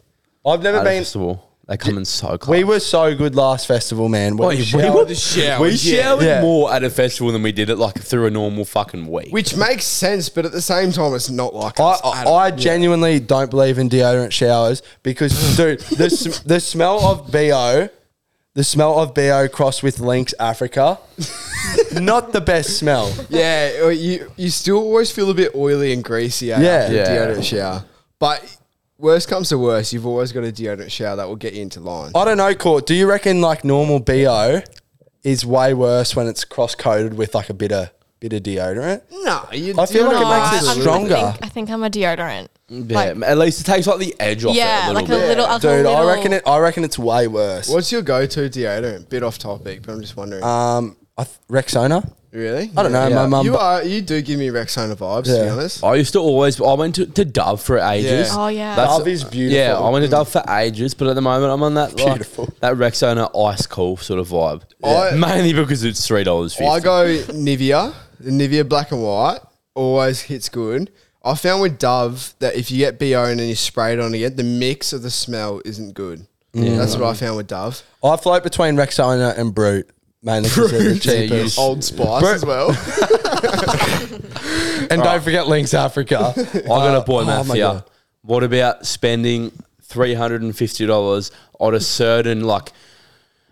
I've never At a been. festival, they come in so clutch. We were so good last festival, man. We Oi, Oh, we showered- were- the shower, We yeah. showered Yeah. more at a festival than we did it like through a normal fucking week. Which makes sense, but at the same time, it's not like I, us at I, all. I genuinely don't believe in deodorant showers because, dude, the, sm- the smell of bo The smell of BO crossed with Lynx Africa. Not the best smell. Yeah, or you you still always feel a bit oily and greasy eh, Yeah. after Yeah. a deodorant shower. But worst comes to worst, you've always got a deodorant shower that will get you into line. I don't know, Court. Do you reckon like normal BO is way worse when it's cross coated with like a bit of bit of deodorant? no, you I feel like it No, makes it I'm- I stronger. think- I think I'm a deodorant. Yeah, at least it takes like the edge off Yeah, it a little like bit. a little like a Dude, little- I reckon it. I reckon it's way worse. What's your go-to deodorant? Bit off topic, but I'm just wondering. Um, I th- Rexona. really? I don't know. Yeah. My mum. You are you do give me Rexona vibes to be Yeah. honest. I used to always. I went to, to Dove for ages. Yeah. Oh, yeah. Dove is beautiful. Yeah, I went to Dove for ages, but at the moment I'm on that like, Beautiful. that Rexona ice cool sort of vibe. I- Mainly because it's three dollars. I go Nivea. The Nivea black and white always hits good. I found with Dove that if you get BO and then you spray it on again, the mix of the smell isn't good. That's what I found with Dove. I float between Rexona and Brute mainly because they're the Yeah, you cheapest. s- Old Spice as well. and don't forget Links Africa. I got a boy oh math my here. God. What about spending three hundred and fifty dollars on a certain like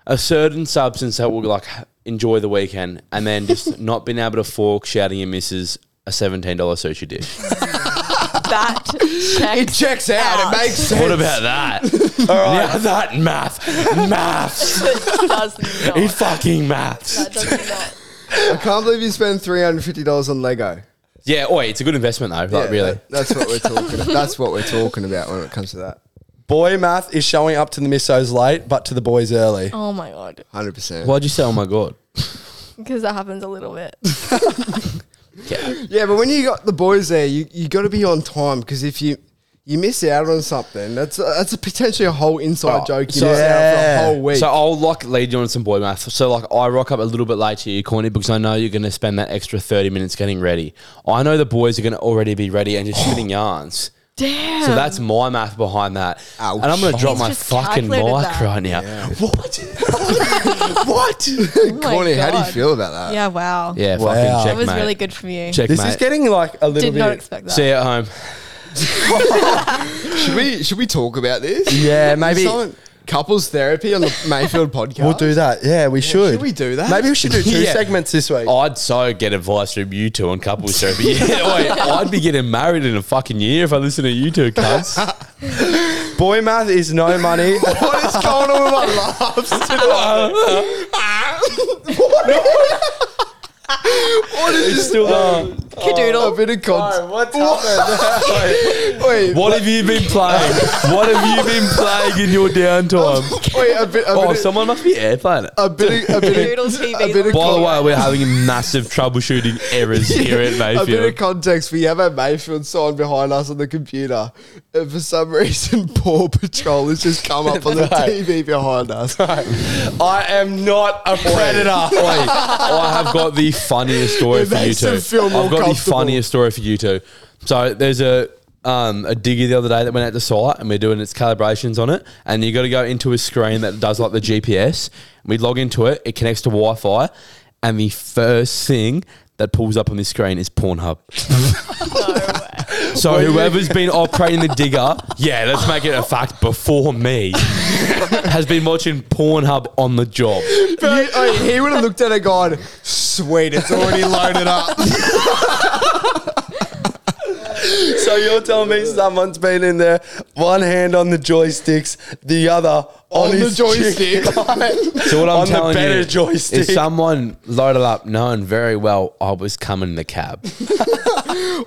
a certain substance that will like enjoy the weekend, and then just not being able to fork shouting and misses a seventeen dollar sushi dish? that it checks. checks out. Out. It makes sense. What about that? Yeah, that math, maths, It does not. he fucking maths. That does not. I can't believe you spend three hundred fifty dollars on Lego. Yeah, oi, it's a good investment though. Like Yeah, really, that- that's what we're talking. that's what we're talking about when it comes to that. Boy math is showing up to the missos late, but to the boys early. Oh my god, Hundred percent. why'd you say? Oh my god. because that happens a little bit. Yeah, but when you got the boys there, you you got to be on time because if you you miss out on something, that's that's a potentially a whole inside Oh, joke. You so- miss out Yeah. for a whole week. So I'll like lead you on some boy math. So like I rock up a little bit late to you, Corny, because I know you're going to spend that extra thirty minutes getting ready. I know the boys are going to already be ready and just spitting yarns. Oh. Damn. So that's my math behind that. Ouch. And I'm going to drop He's my just fucking mic calculated right that. now. what? what? my Corny, how do you God. feel about that? yeah. Wow. Yeah, Wow. fucking That checkmate. That was really good from you. Checkmate. This is getting like a little Did bit. not expect that. See you at home. Should we should we talk about this? Yeah, maybe Someone- couples therapy on the Mayfield podcast. we'll do that. Yeah, we should. should we do that? Maybe we should do two Yeah. segments this week. I'd so get advice from you two on couples therapy. Yeah, oi, I'd be getting married in a fucking year if I listen to you two cunts. Boy math is no money. What is going on with my laughs tonight? what is Still don't- a Kadoodle. bit of content? What's happened? Wait, What have you been playing? what have you been playing in your downtime? wait, a bit, a Oh, bit, someone must be airplaying it. a bit, of- a bit, Kadoodle of- TV. a bit of By the con- way, we're having massive troubleshooting errors here at a bit of Mayfield. context. We have our Mayfield sign behind us on the computer, and for some reason, Paw Patrol has just come up on the TV behind us. I am not a predator. Oi, I have got the funniest story It for you makes two. them feel more I've got the comfortable. funniest story for you two. So there's a um, a digger the other day that went out to site and we're doing its calibrations on it. And you got to go into a screen that does like the GPS. We log into it. It connects to Wi-Fi, and the first thing that pulls up on this screen is Pornhub. So whoever's been operating the digger, yeah, let's make it a fact before me, has been watching Pornhub on the job. You- oh, he would have looked at it, gone, "Sweet, it's already loaded up." So you're telling me someone's been in there, one hand on the joysticks, the other on, On the his joystick. chick- So what I'm on telling the better you joystick. is someone loaded up knowing very well I was coming in the cab.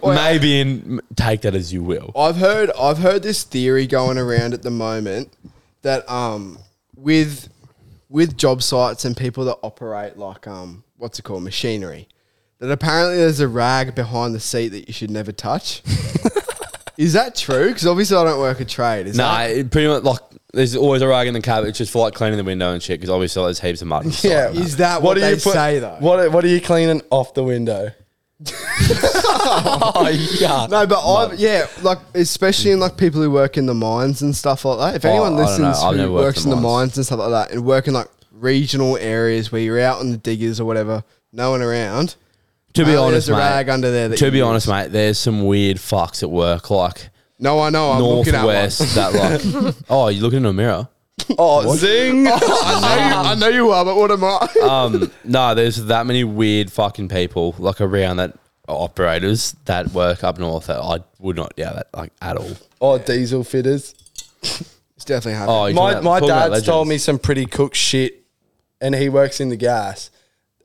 Maybe in take that as you will. I've heard I've heard this theory going around at the moment that um with with job sites and people that operate like um what's it called machinery that apparently there's a rag behind the seat that you should never touch. Is that true? Because obviously I don't work a trade. Is Nah, that- it pretty much like there's always a rag in the cab. It's just for like cleaning the window and shit because obviously there's heaps of mud. inside. yeah. Is that what, do they you put- say though? What are- What are you cleaning off the window? oh yeah. No, but I yeah, like especially in like people who work in the mines and stuff like that. If anyone Oh, I don't know. listens I've who never worked works in in the mines. mines and stuff like that, and work in like regional areas where you're out on the diggers or whatever, no one around. To be Apparently honest, there's a mate. rag under there that to you be use. honest, mate, there's some weird fucks at work like No, I know. I'm looking at one. northwest that like. Oh, you looking in a mirror? Oh, zing. I know you are, but what am I? Um, no, there's that many weird fucking people like around that are operators that work up north that I would not doubt that like at all. oh, diesel fitters. it's definitely happening. Oh, you're talking my about- my talking about dad's told me legends. some pretty cooked shit, and he works in the gas,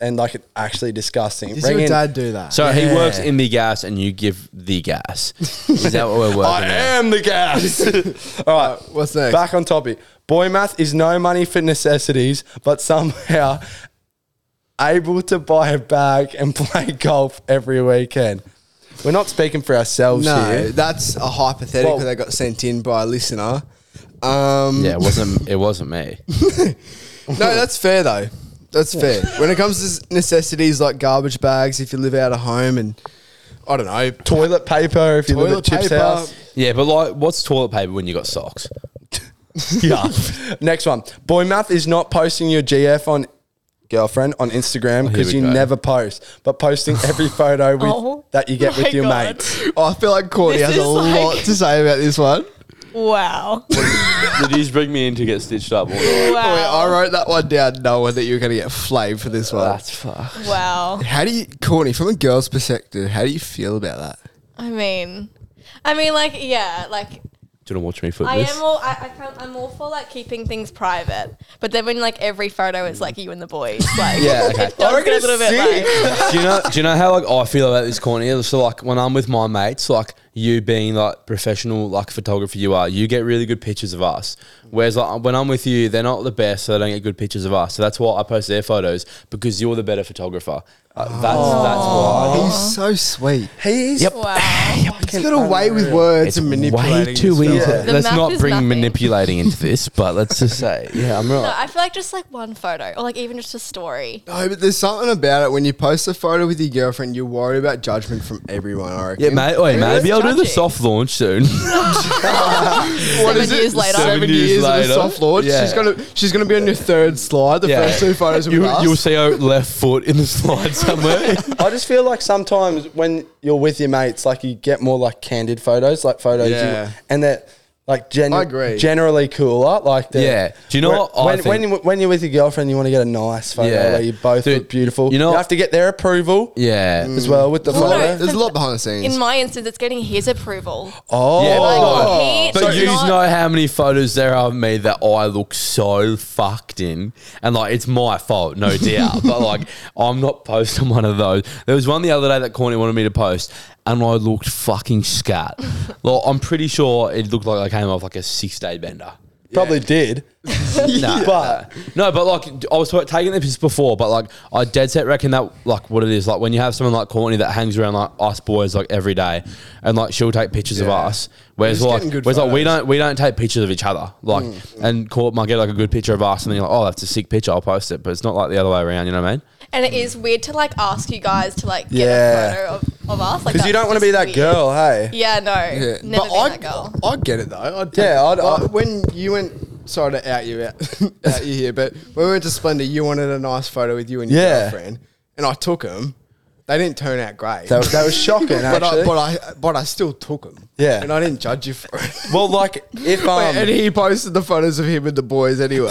and like it's actually disgusting. Does Ring your in- dad do that? So he works in the gas, and you give the gas. Is that what we're working? I at? am the gas. All right, what's next? Back on topic. Boy math is no money for necessities, but somehow able to buy a bag and play golf every weekend. We're not speaking for ourselves no, here. that's a hypothetical Well- that got sent in by a listener. Um, Yeah, it wasn't. It wasn't me. No, that's fair though. That's fair. When it comes to necessities like garbage bags, if you live out of home and I don't know, Toilet paper if you live toilet at Chip's paper. house. Yeah, but like, what's toilet paper when you got socks? Yeah. Next one. Boy math is not posting your GF on girlfriend on Instagram because we you go. never post, but posting every photo with, Oh that you get my with your God. mates. Oh, I feel like Courtney This has a is like- lot to say about this one. Wow. wow. Did you bring me in to get stitched up? Oh, wait, I wrote that one down knowing that you were going to get flamed for this one. fuck. wow. how do you, Courtney, from a girl's perspective, how do you feel about that? I mean, I mean, like, yeah, like Do you want to watch me flip I this? am all I, I can't, I'm all for like keeping things private, but then when like every photo is like you and the boys, like Yeah, okay. it does reckon get a little it's bit like do you know? Do you know how like I feel about this corny? So like when I'm with my mates, like you being like professional like photographer you are, you get really good pictures of us. Whereas like when I'm with you, they're not the best, so they don't get good pictures of us. So that's why I post their photos because you're the better photographer. Uh, that's that's why. He's so sweet. He's wow. He's got a way with words and manipulating. way too this easy. fella. The Let's map not is bring nothing. manipulating into this, but let's just say, yeah, I'm No, right. I feel like just like one photo or like even just a story. No, but there's something about it when you post a photo with your girlfriend, you're worried about judgment from everyone. I reckon. Yeah, mate. Wait, Who is maybe I'll do the judging? soft launch soon. What Seven is it? years later. Seven, Seven years, years of a later. soft launch. Yeah. She's gonna she's gonna be on your third slide. The Yeah. first two photos will be you, us. you'll see our left foot in the slide somewhere. I just feel like sometimes when you're with your mates, like you get more like candid photos, like photos, Yeah. you, and that like gen- I agree. generally cooler. Like they're- Yeah. Do you know where- what I when, think- when, you, when you're with your girlfriend, you want to get a nice photo Yeah. where you both Dude, look beautiful. you You know- know, you have to get their approval yeah. as well with the There's a lot- photo. there's a lot behind the scenes. In my instance, it's getting his approval. Oh, Yeah, Like, Oh. he But does you not- know how many photos there are of me that I look so fucked in, and like it's my fault, no doubt. but like I'm not posting one of those. There was one the other day that Corny wanted me to post, and I looked fucking scat. like I'm pretty sure it looked like I came off like a six day bender. probably did. but No, but like I was taking the piss before, but like I dead set reckon that like what it is like when you have someone like Courtney that hangs around like us boys like every day, and like she'll take pictures of Yeah. us. Whereas Just like getting good whereas like we photos. don't we don't take pictures of each other. Like and Court might get like a good picture of us, and then you're like, oh, that's a sick picture. I'll post it, but it's not like the other way around. You know what I mean? and it is weird to like ask you guys to like get Yeah. a photo of, of us, like because you that's don't want to be just that weird. girl, hey? Yeah, no, never been I, that girl. I get it though. I'd Yeah, I'd- Well, I- when you went, sorry to out you out, out you here, but when we went to Splendor, you wanted a nice photo with you and your Yeah. girlfriend, and I took them. They didn't turn out great. That, was- that was shocking. but, I, actually. but I but I still took them. Yeah. and I didn't judge you for it. well, like if um, and he posted the photos of him and the boys anyway.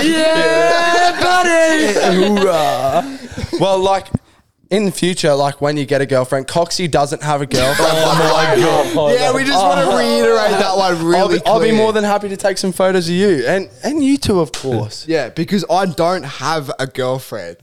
Yeah, buddy. Hoorah. Well, like in the future, like when you get a girlfriend, Coxie doesn't have a girlfriend. oh my god. yeah, we just want to reiterate that one really. Oh. I'll be, I'll be clear. more than happy to take some photos of you and and you two, of course. Yeah, because I don't have a girlfriend.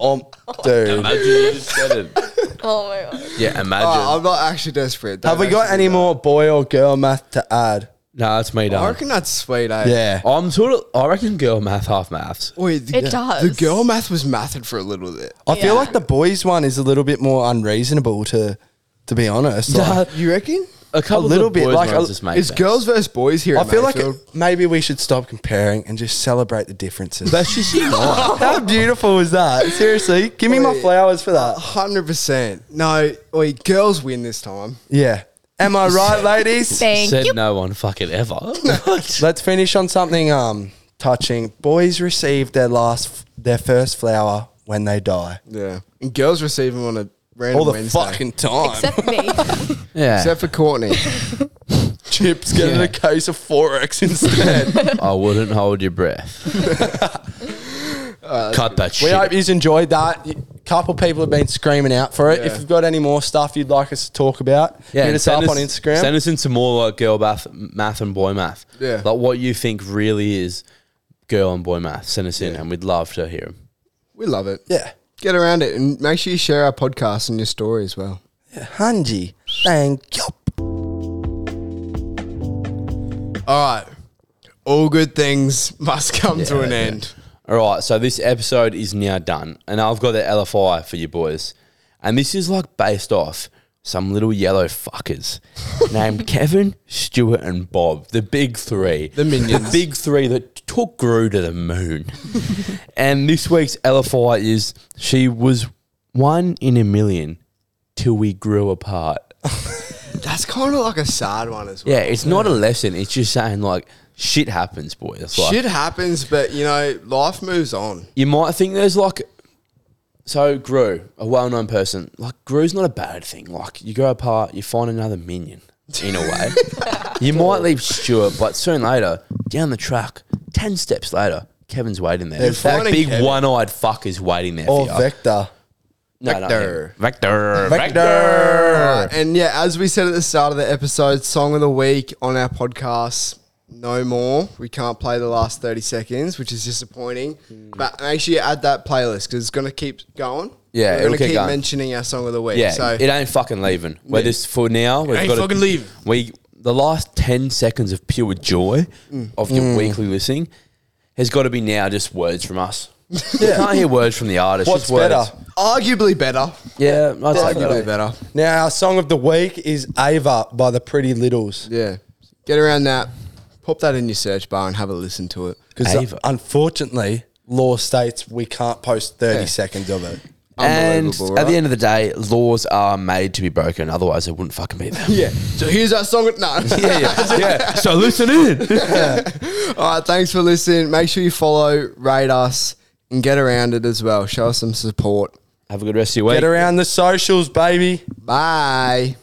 Um, dude, Imagine you just said it. Oh my god. Yeah, imagine. Uh, I'm not actually desperate. have we got any more boy or girl math to add? no, that's me. I Done. reckon that's sweet, eh? Yeah. I'm sort of. I reckon girl math, half maths. Wait, the, It does. The girl math was mathing for a little bit. I feel Yeah. like the boys one is a little bit more unreasonable to to be honest. Like, You reckon? A couple little of the bit, boys like, ones a- just make It's sense. girls versus boys here. I at feel like Mayfield. maybe we should stop comparing and just celebrate the differences. That's just you. How beautiful is that? Seriously, give me my flowers for that. hundred percent. No, wait, girls win this time. Yeah. Am I right, ladies? Thank Said you. no one fucking ever. Let's finish on something um touching. Boys receive their last their first flower when they die. Yeah, and girls receive them on a random All the Wednesday. fucking time. Except me. yeah. Except for Courtney. chips, getting Yeah. a case of Forex instead. I wouldn't hold your breath. Cut that we shit. hope you've enjoyed that. A couple people have been screaming out for it. Yeah. If you've got any more stuff you'd like us to talk about, hit and us up send on Instagram. Send us in some more like girl math, math and boy math. Yeah. Like what you think really is girl and boy math. Send us in and we'd love to hear 'em. We love it. yeah. Get around it and make sure you share our podcast and your story as well. Hanji. Thank you. All right. All good things must come to an end. All right, so this episode is now done, and I've got the LFI for you boys, and this is like based off some little yellow fuckers named Kevin, Stuart, and Bob, the big three, the minions. the big three that took Gru to the moon. and this week's LFI is she was one in a million till we grew apart. That's kind of like a sad one as well. Yeah, it's not a lesson. It's just saying like shit happens, boys. Like, Shit happens, but you know, life moves on. you might think there's like so Gru, a well-known person, like Gru's not a bad thing. Like you go apart, you find another minion in a way. you might leave Stuart, but soon later, down the track, ten steps later, Kevin's waiting there. that finding big Kevin. one-eyed fuck is waiting there Or for you. Vector. No, no, Vector. no. Vector, Uh, and yeah, as we said at the start of the episode, song of the week on our podcast, no more. We can't play the last 30 seconds, which is disappointing. Hmm. But make sure you add that playlist because it's going to keep going. Yeah, We're it'll gonna keep keep going. mentioning our song of the week. Yeah, so it ain't fucking leaving. We're just for now. We've ain't gotta- fucking leaving. We the last ten seconds of pure joy Mm. of your weekly listening has got to be now. Just words from us. You can't hear words from the artist. What's just words. better? arguably better. Yeah, I'd say Arguably that. better. Now, our song of the week is Ava by the Pretty Littles. Yeah. Get around that. Pop that in your search bar and have a listen to it. Because Ava. unfortunately, law states we can't post 30 Yeah. seconds of it. And Unbelievable, at right? the end of the day, laws are made to be broken. Otherwise, it wouldn't fucking be there. Yeah. So here's our song. No. yeah, yeah, yeah. So listen in. All right, thanks for listening. Make sure you follow, rate us, and get around it as well. Show us some support. Have a good rest of your week. Get around the socials, baby. Bye.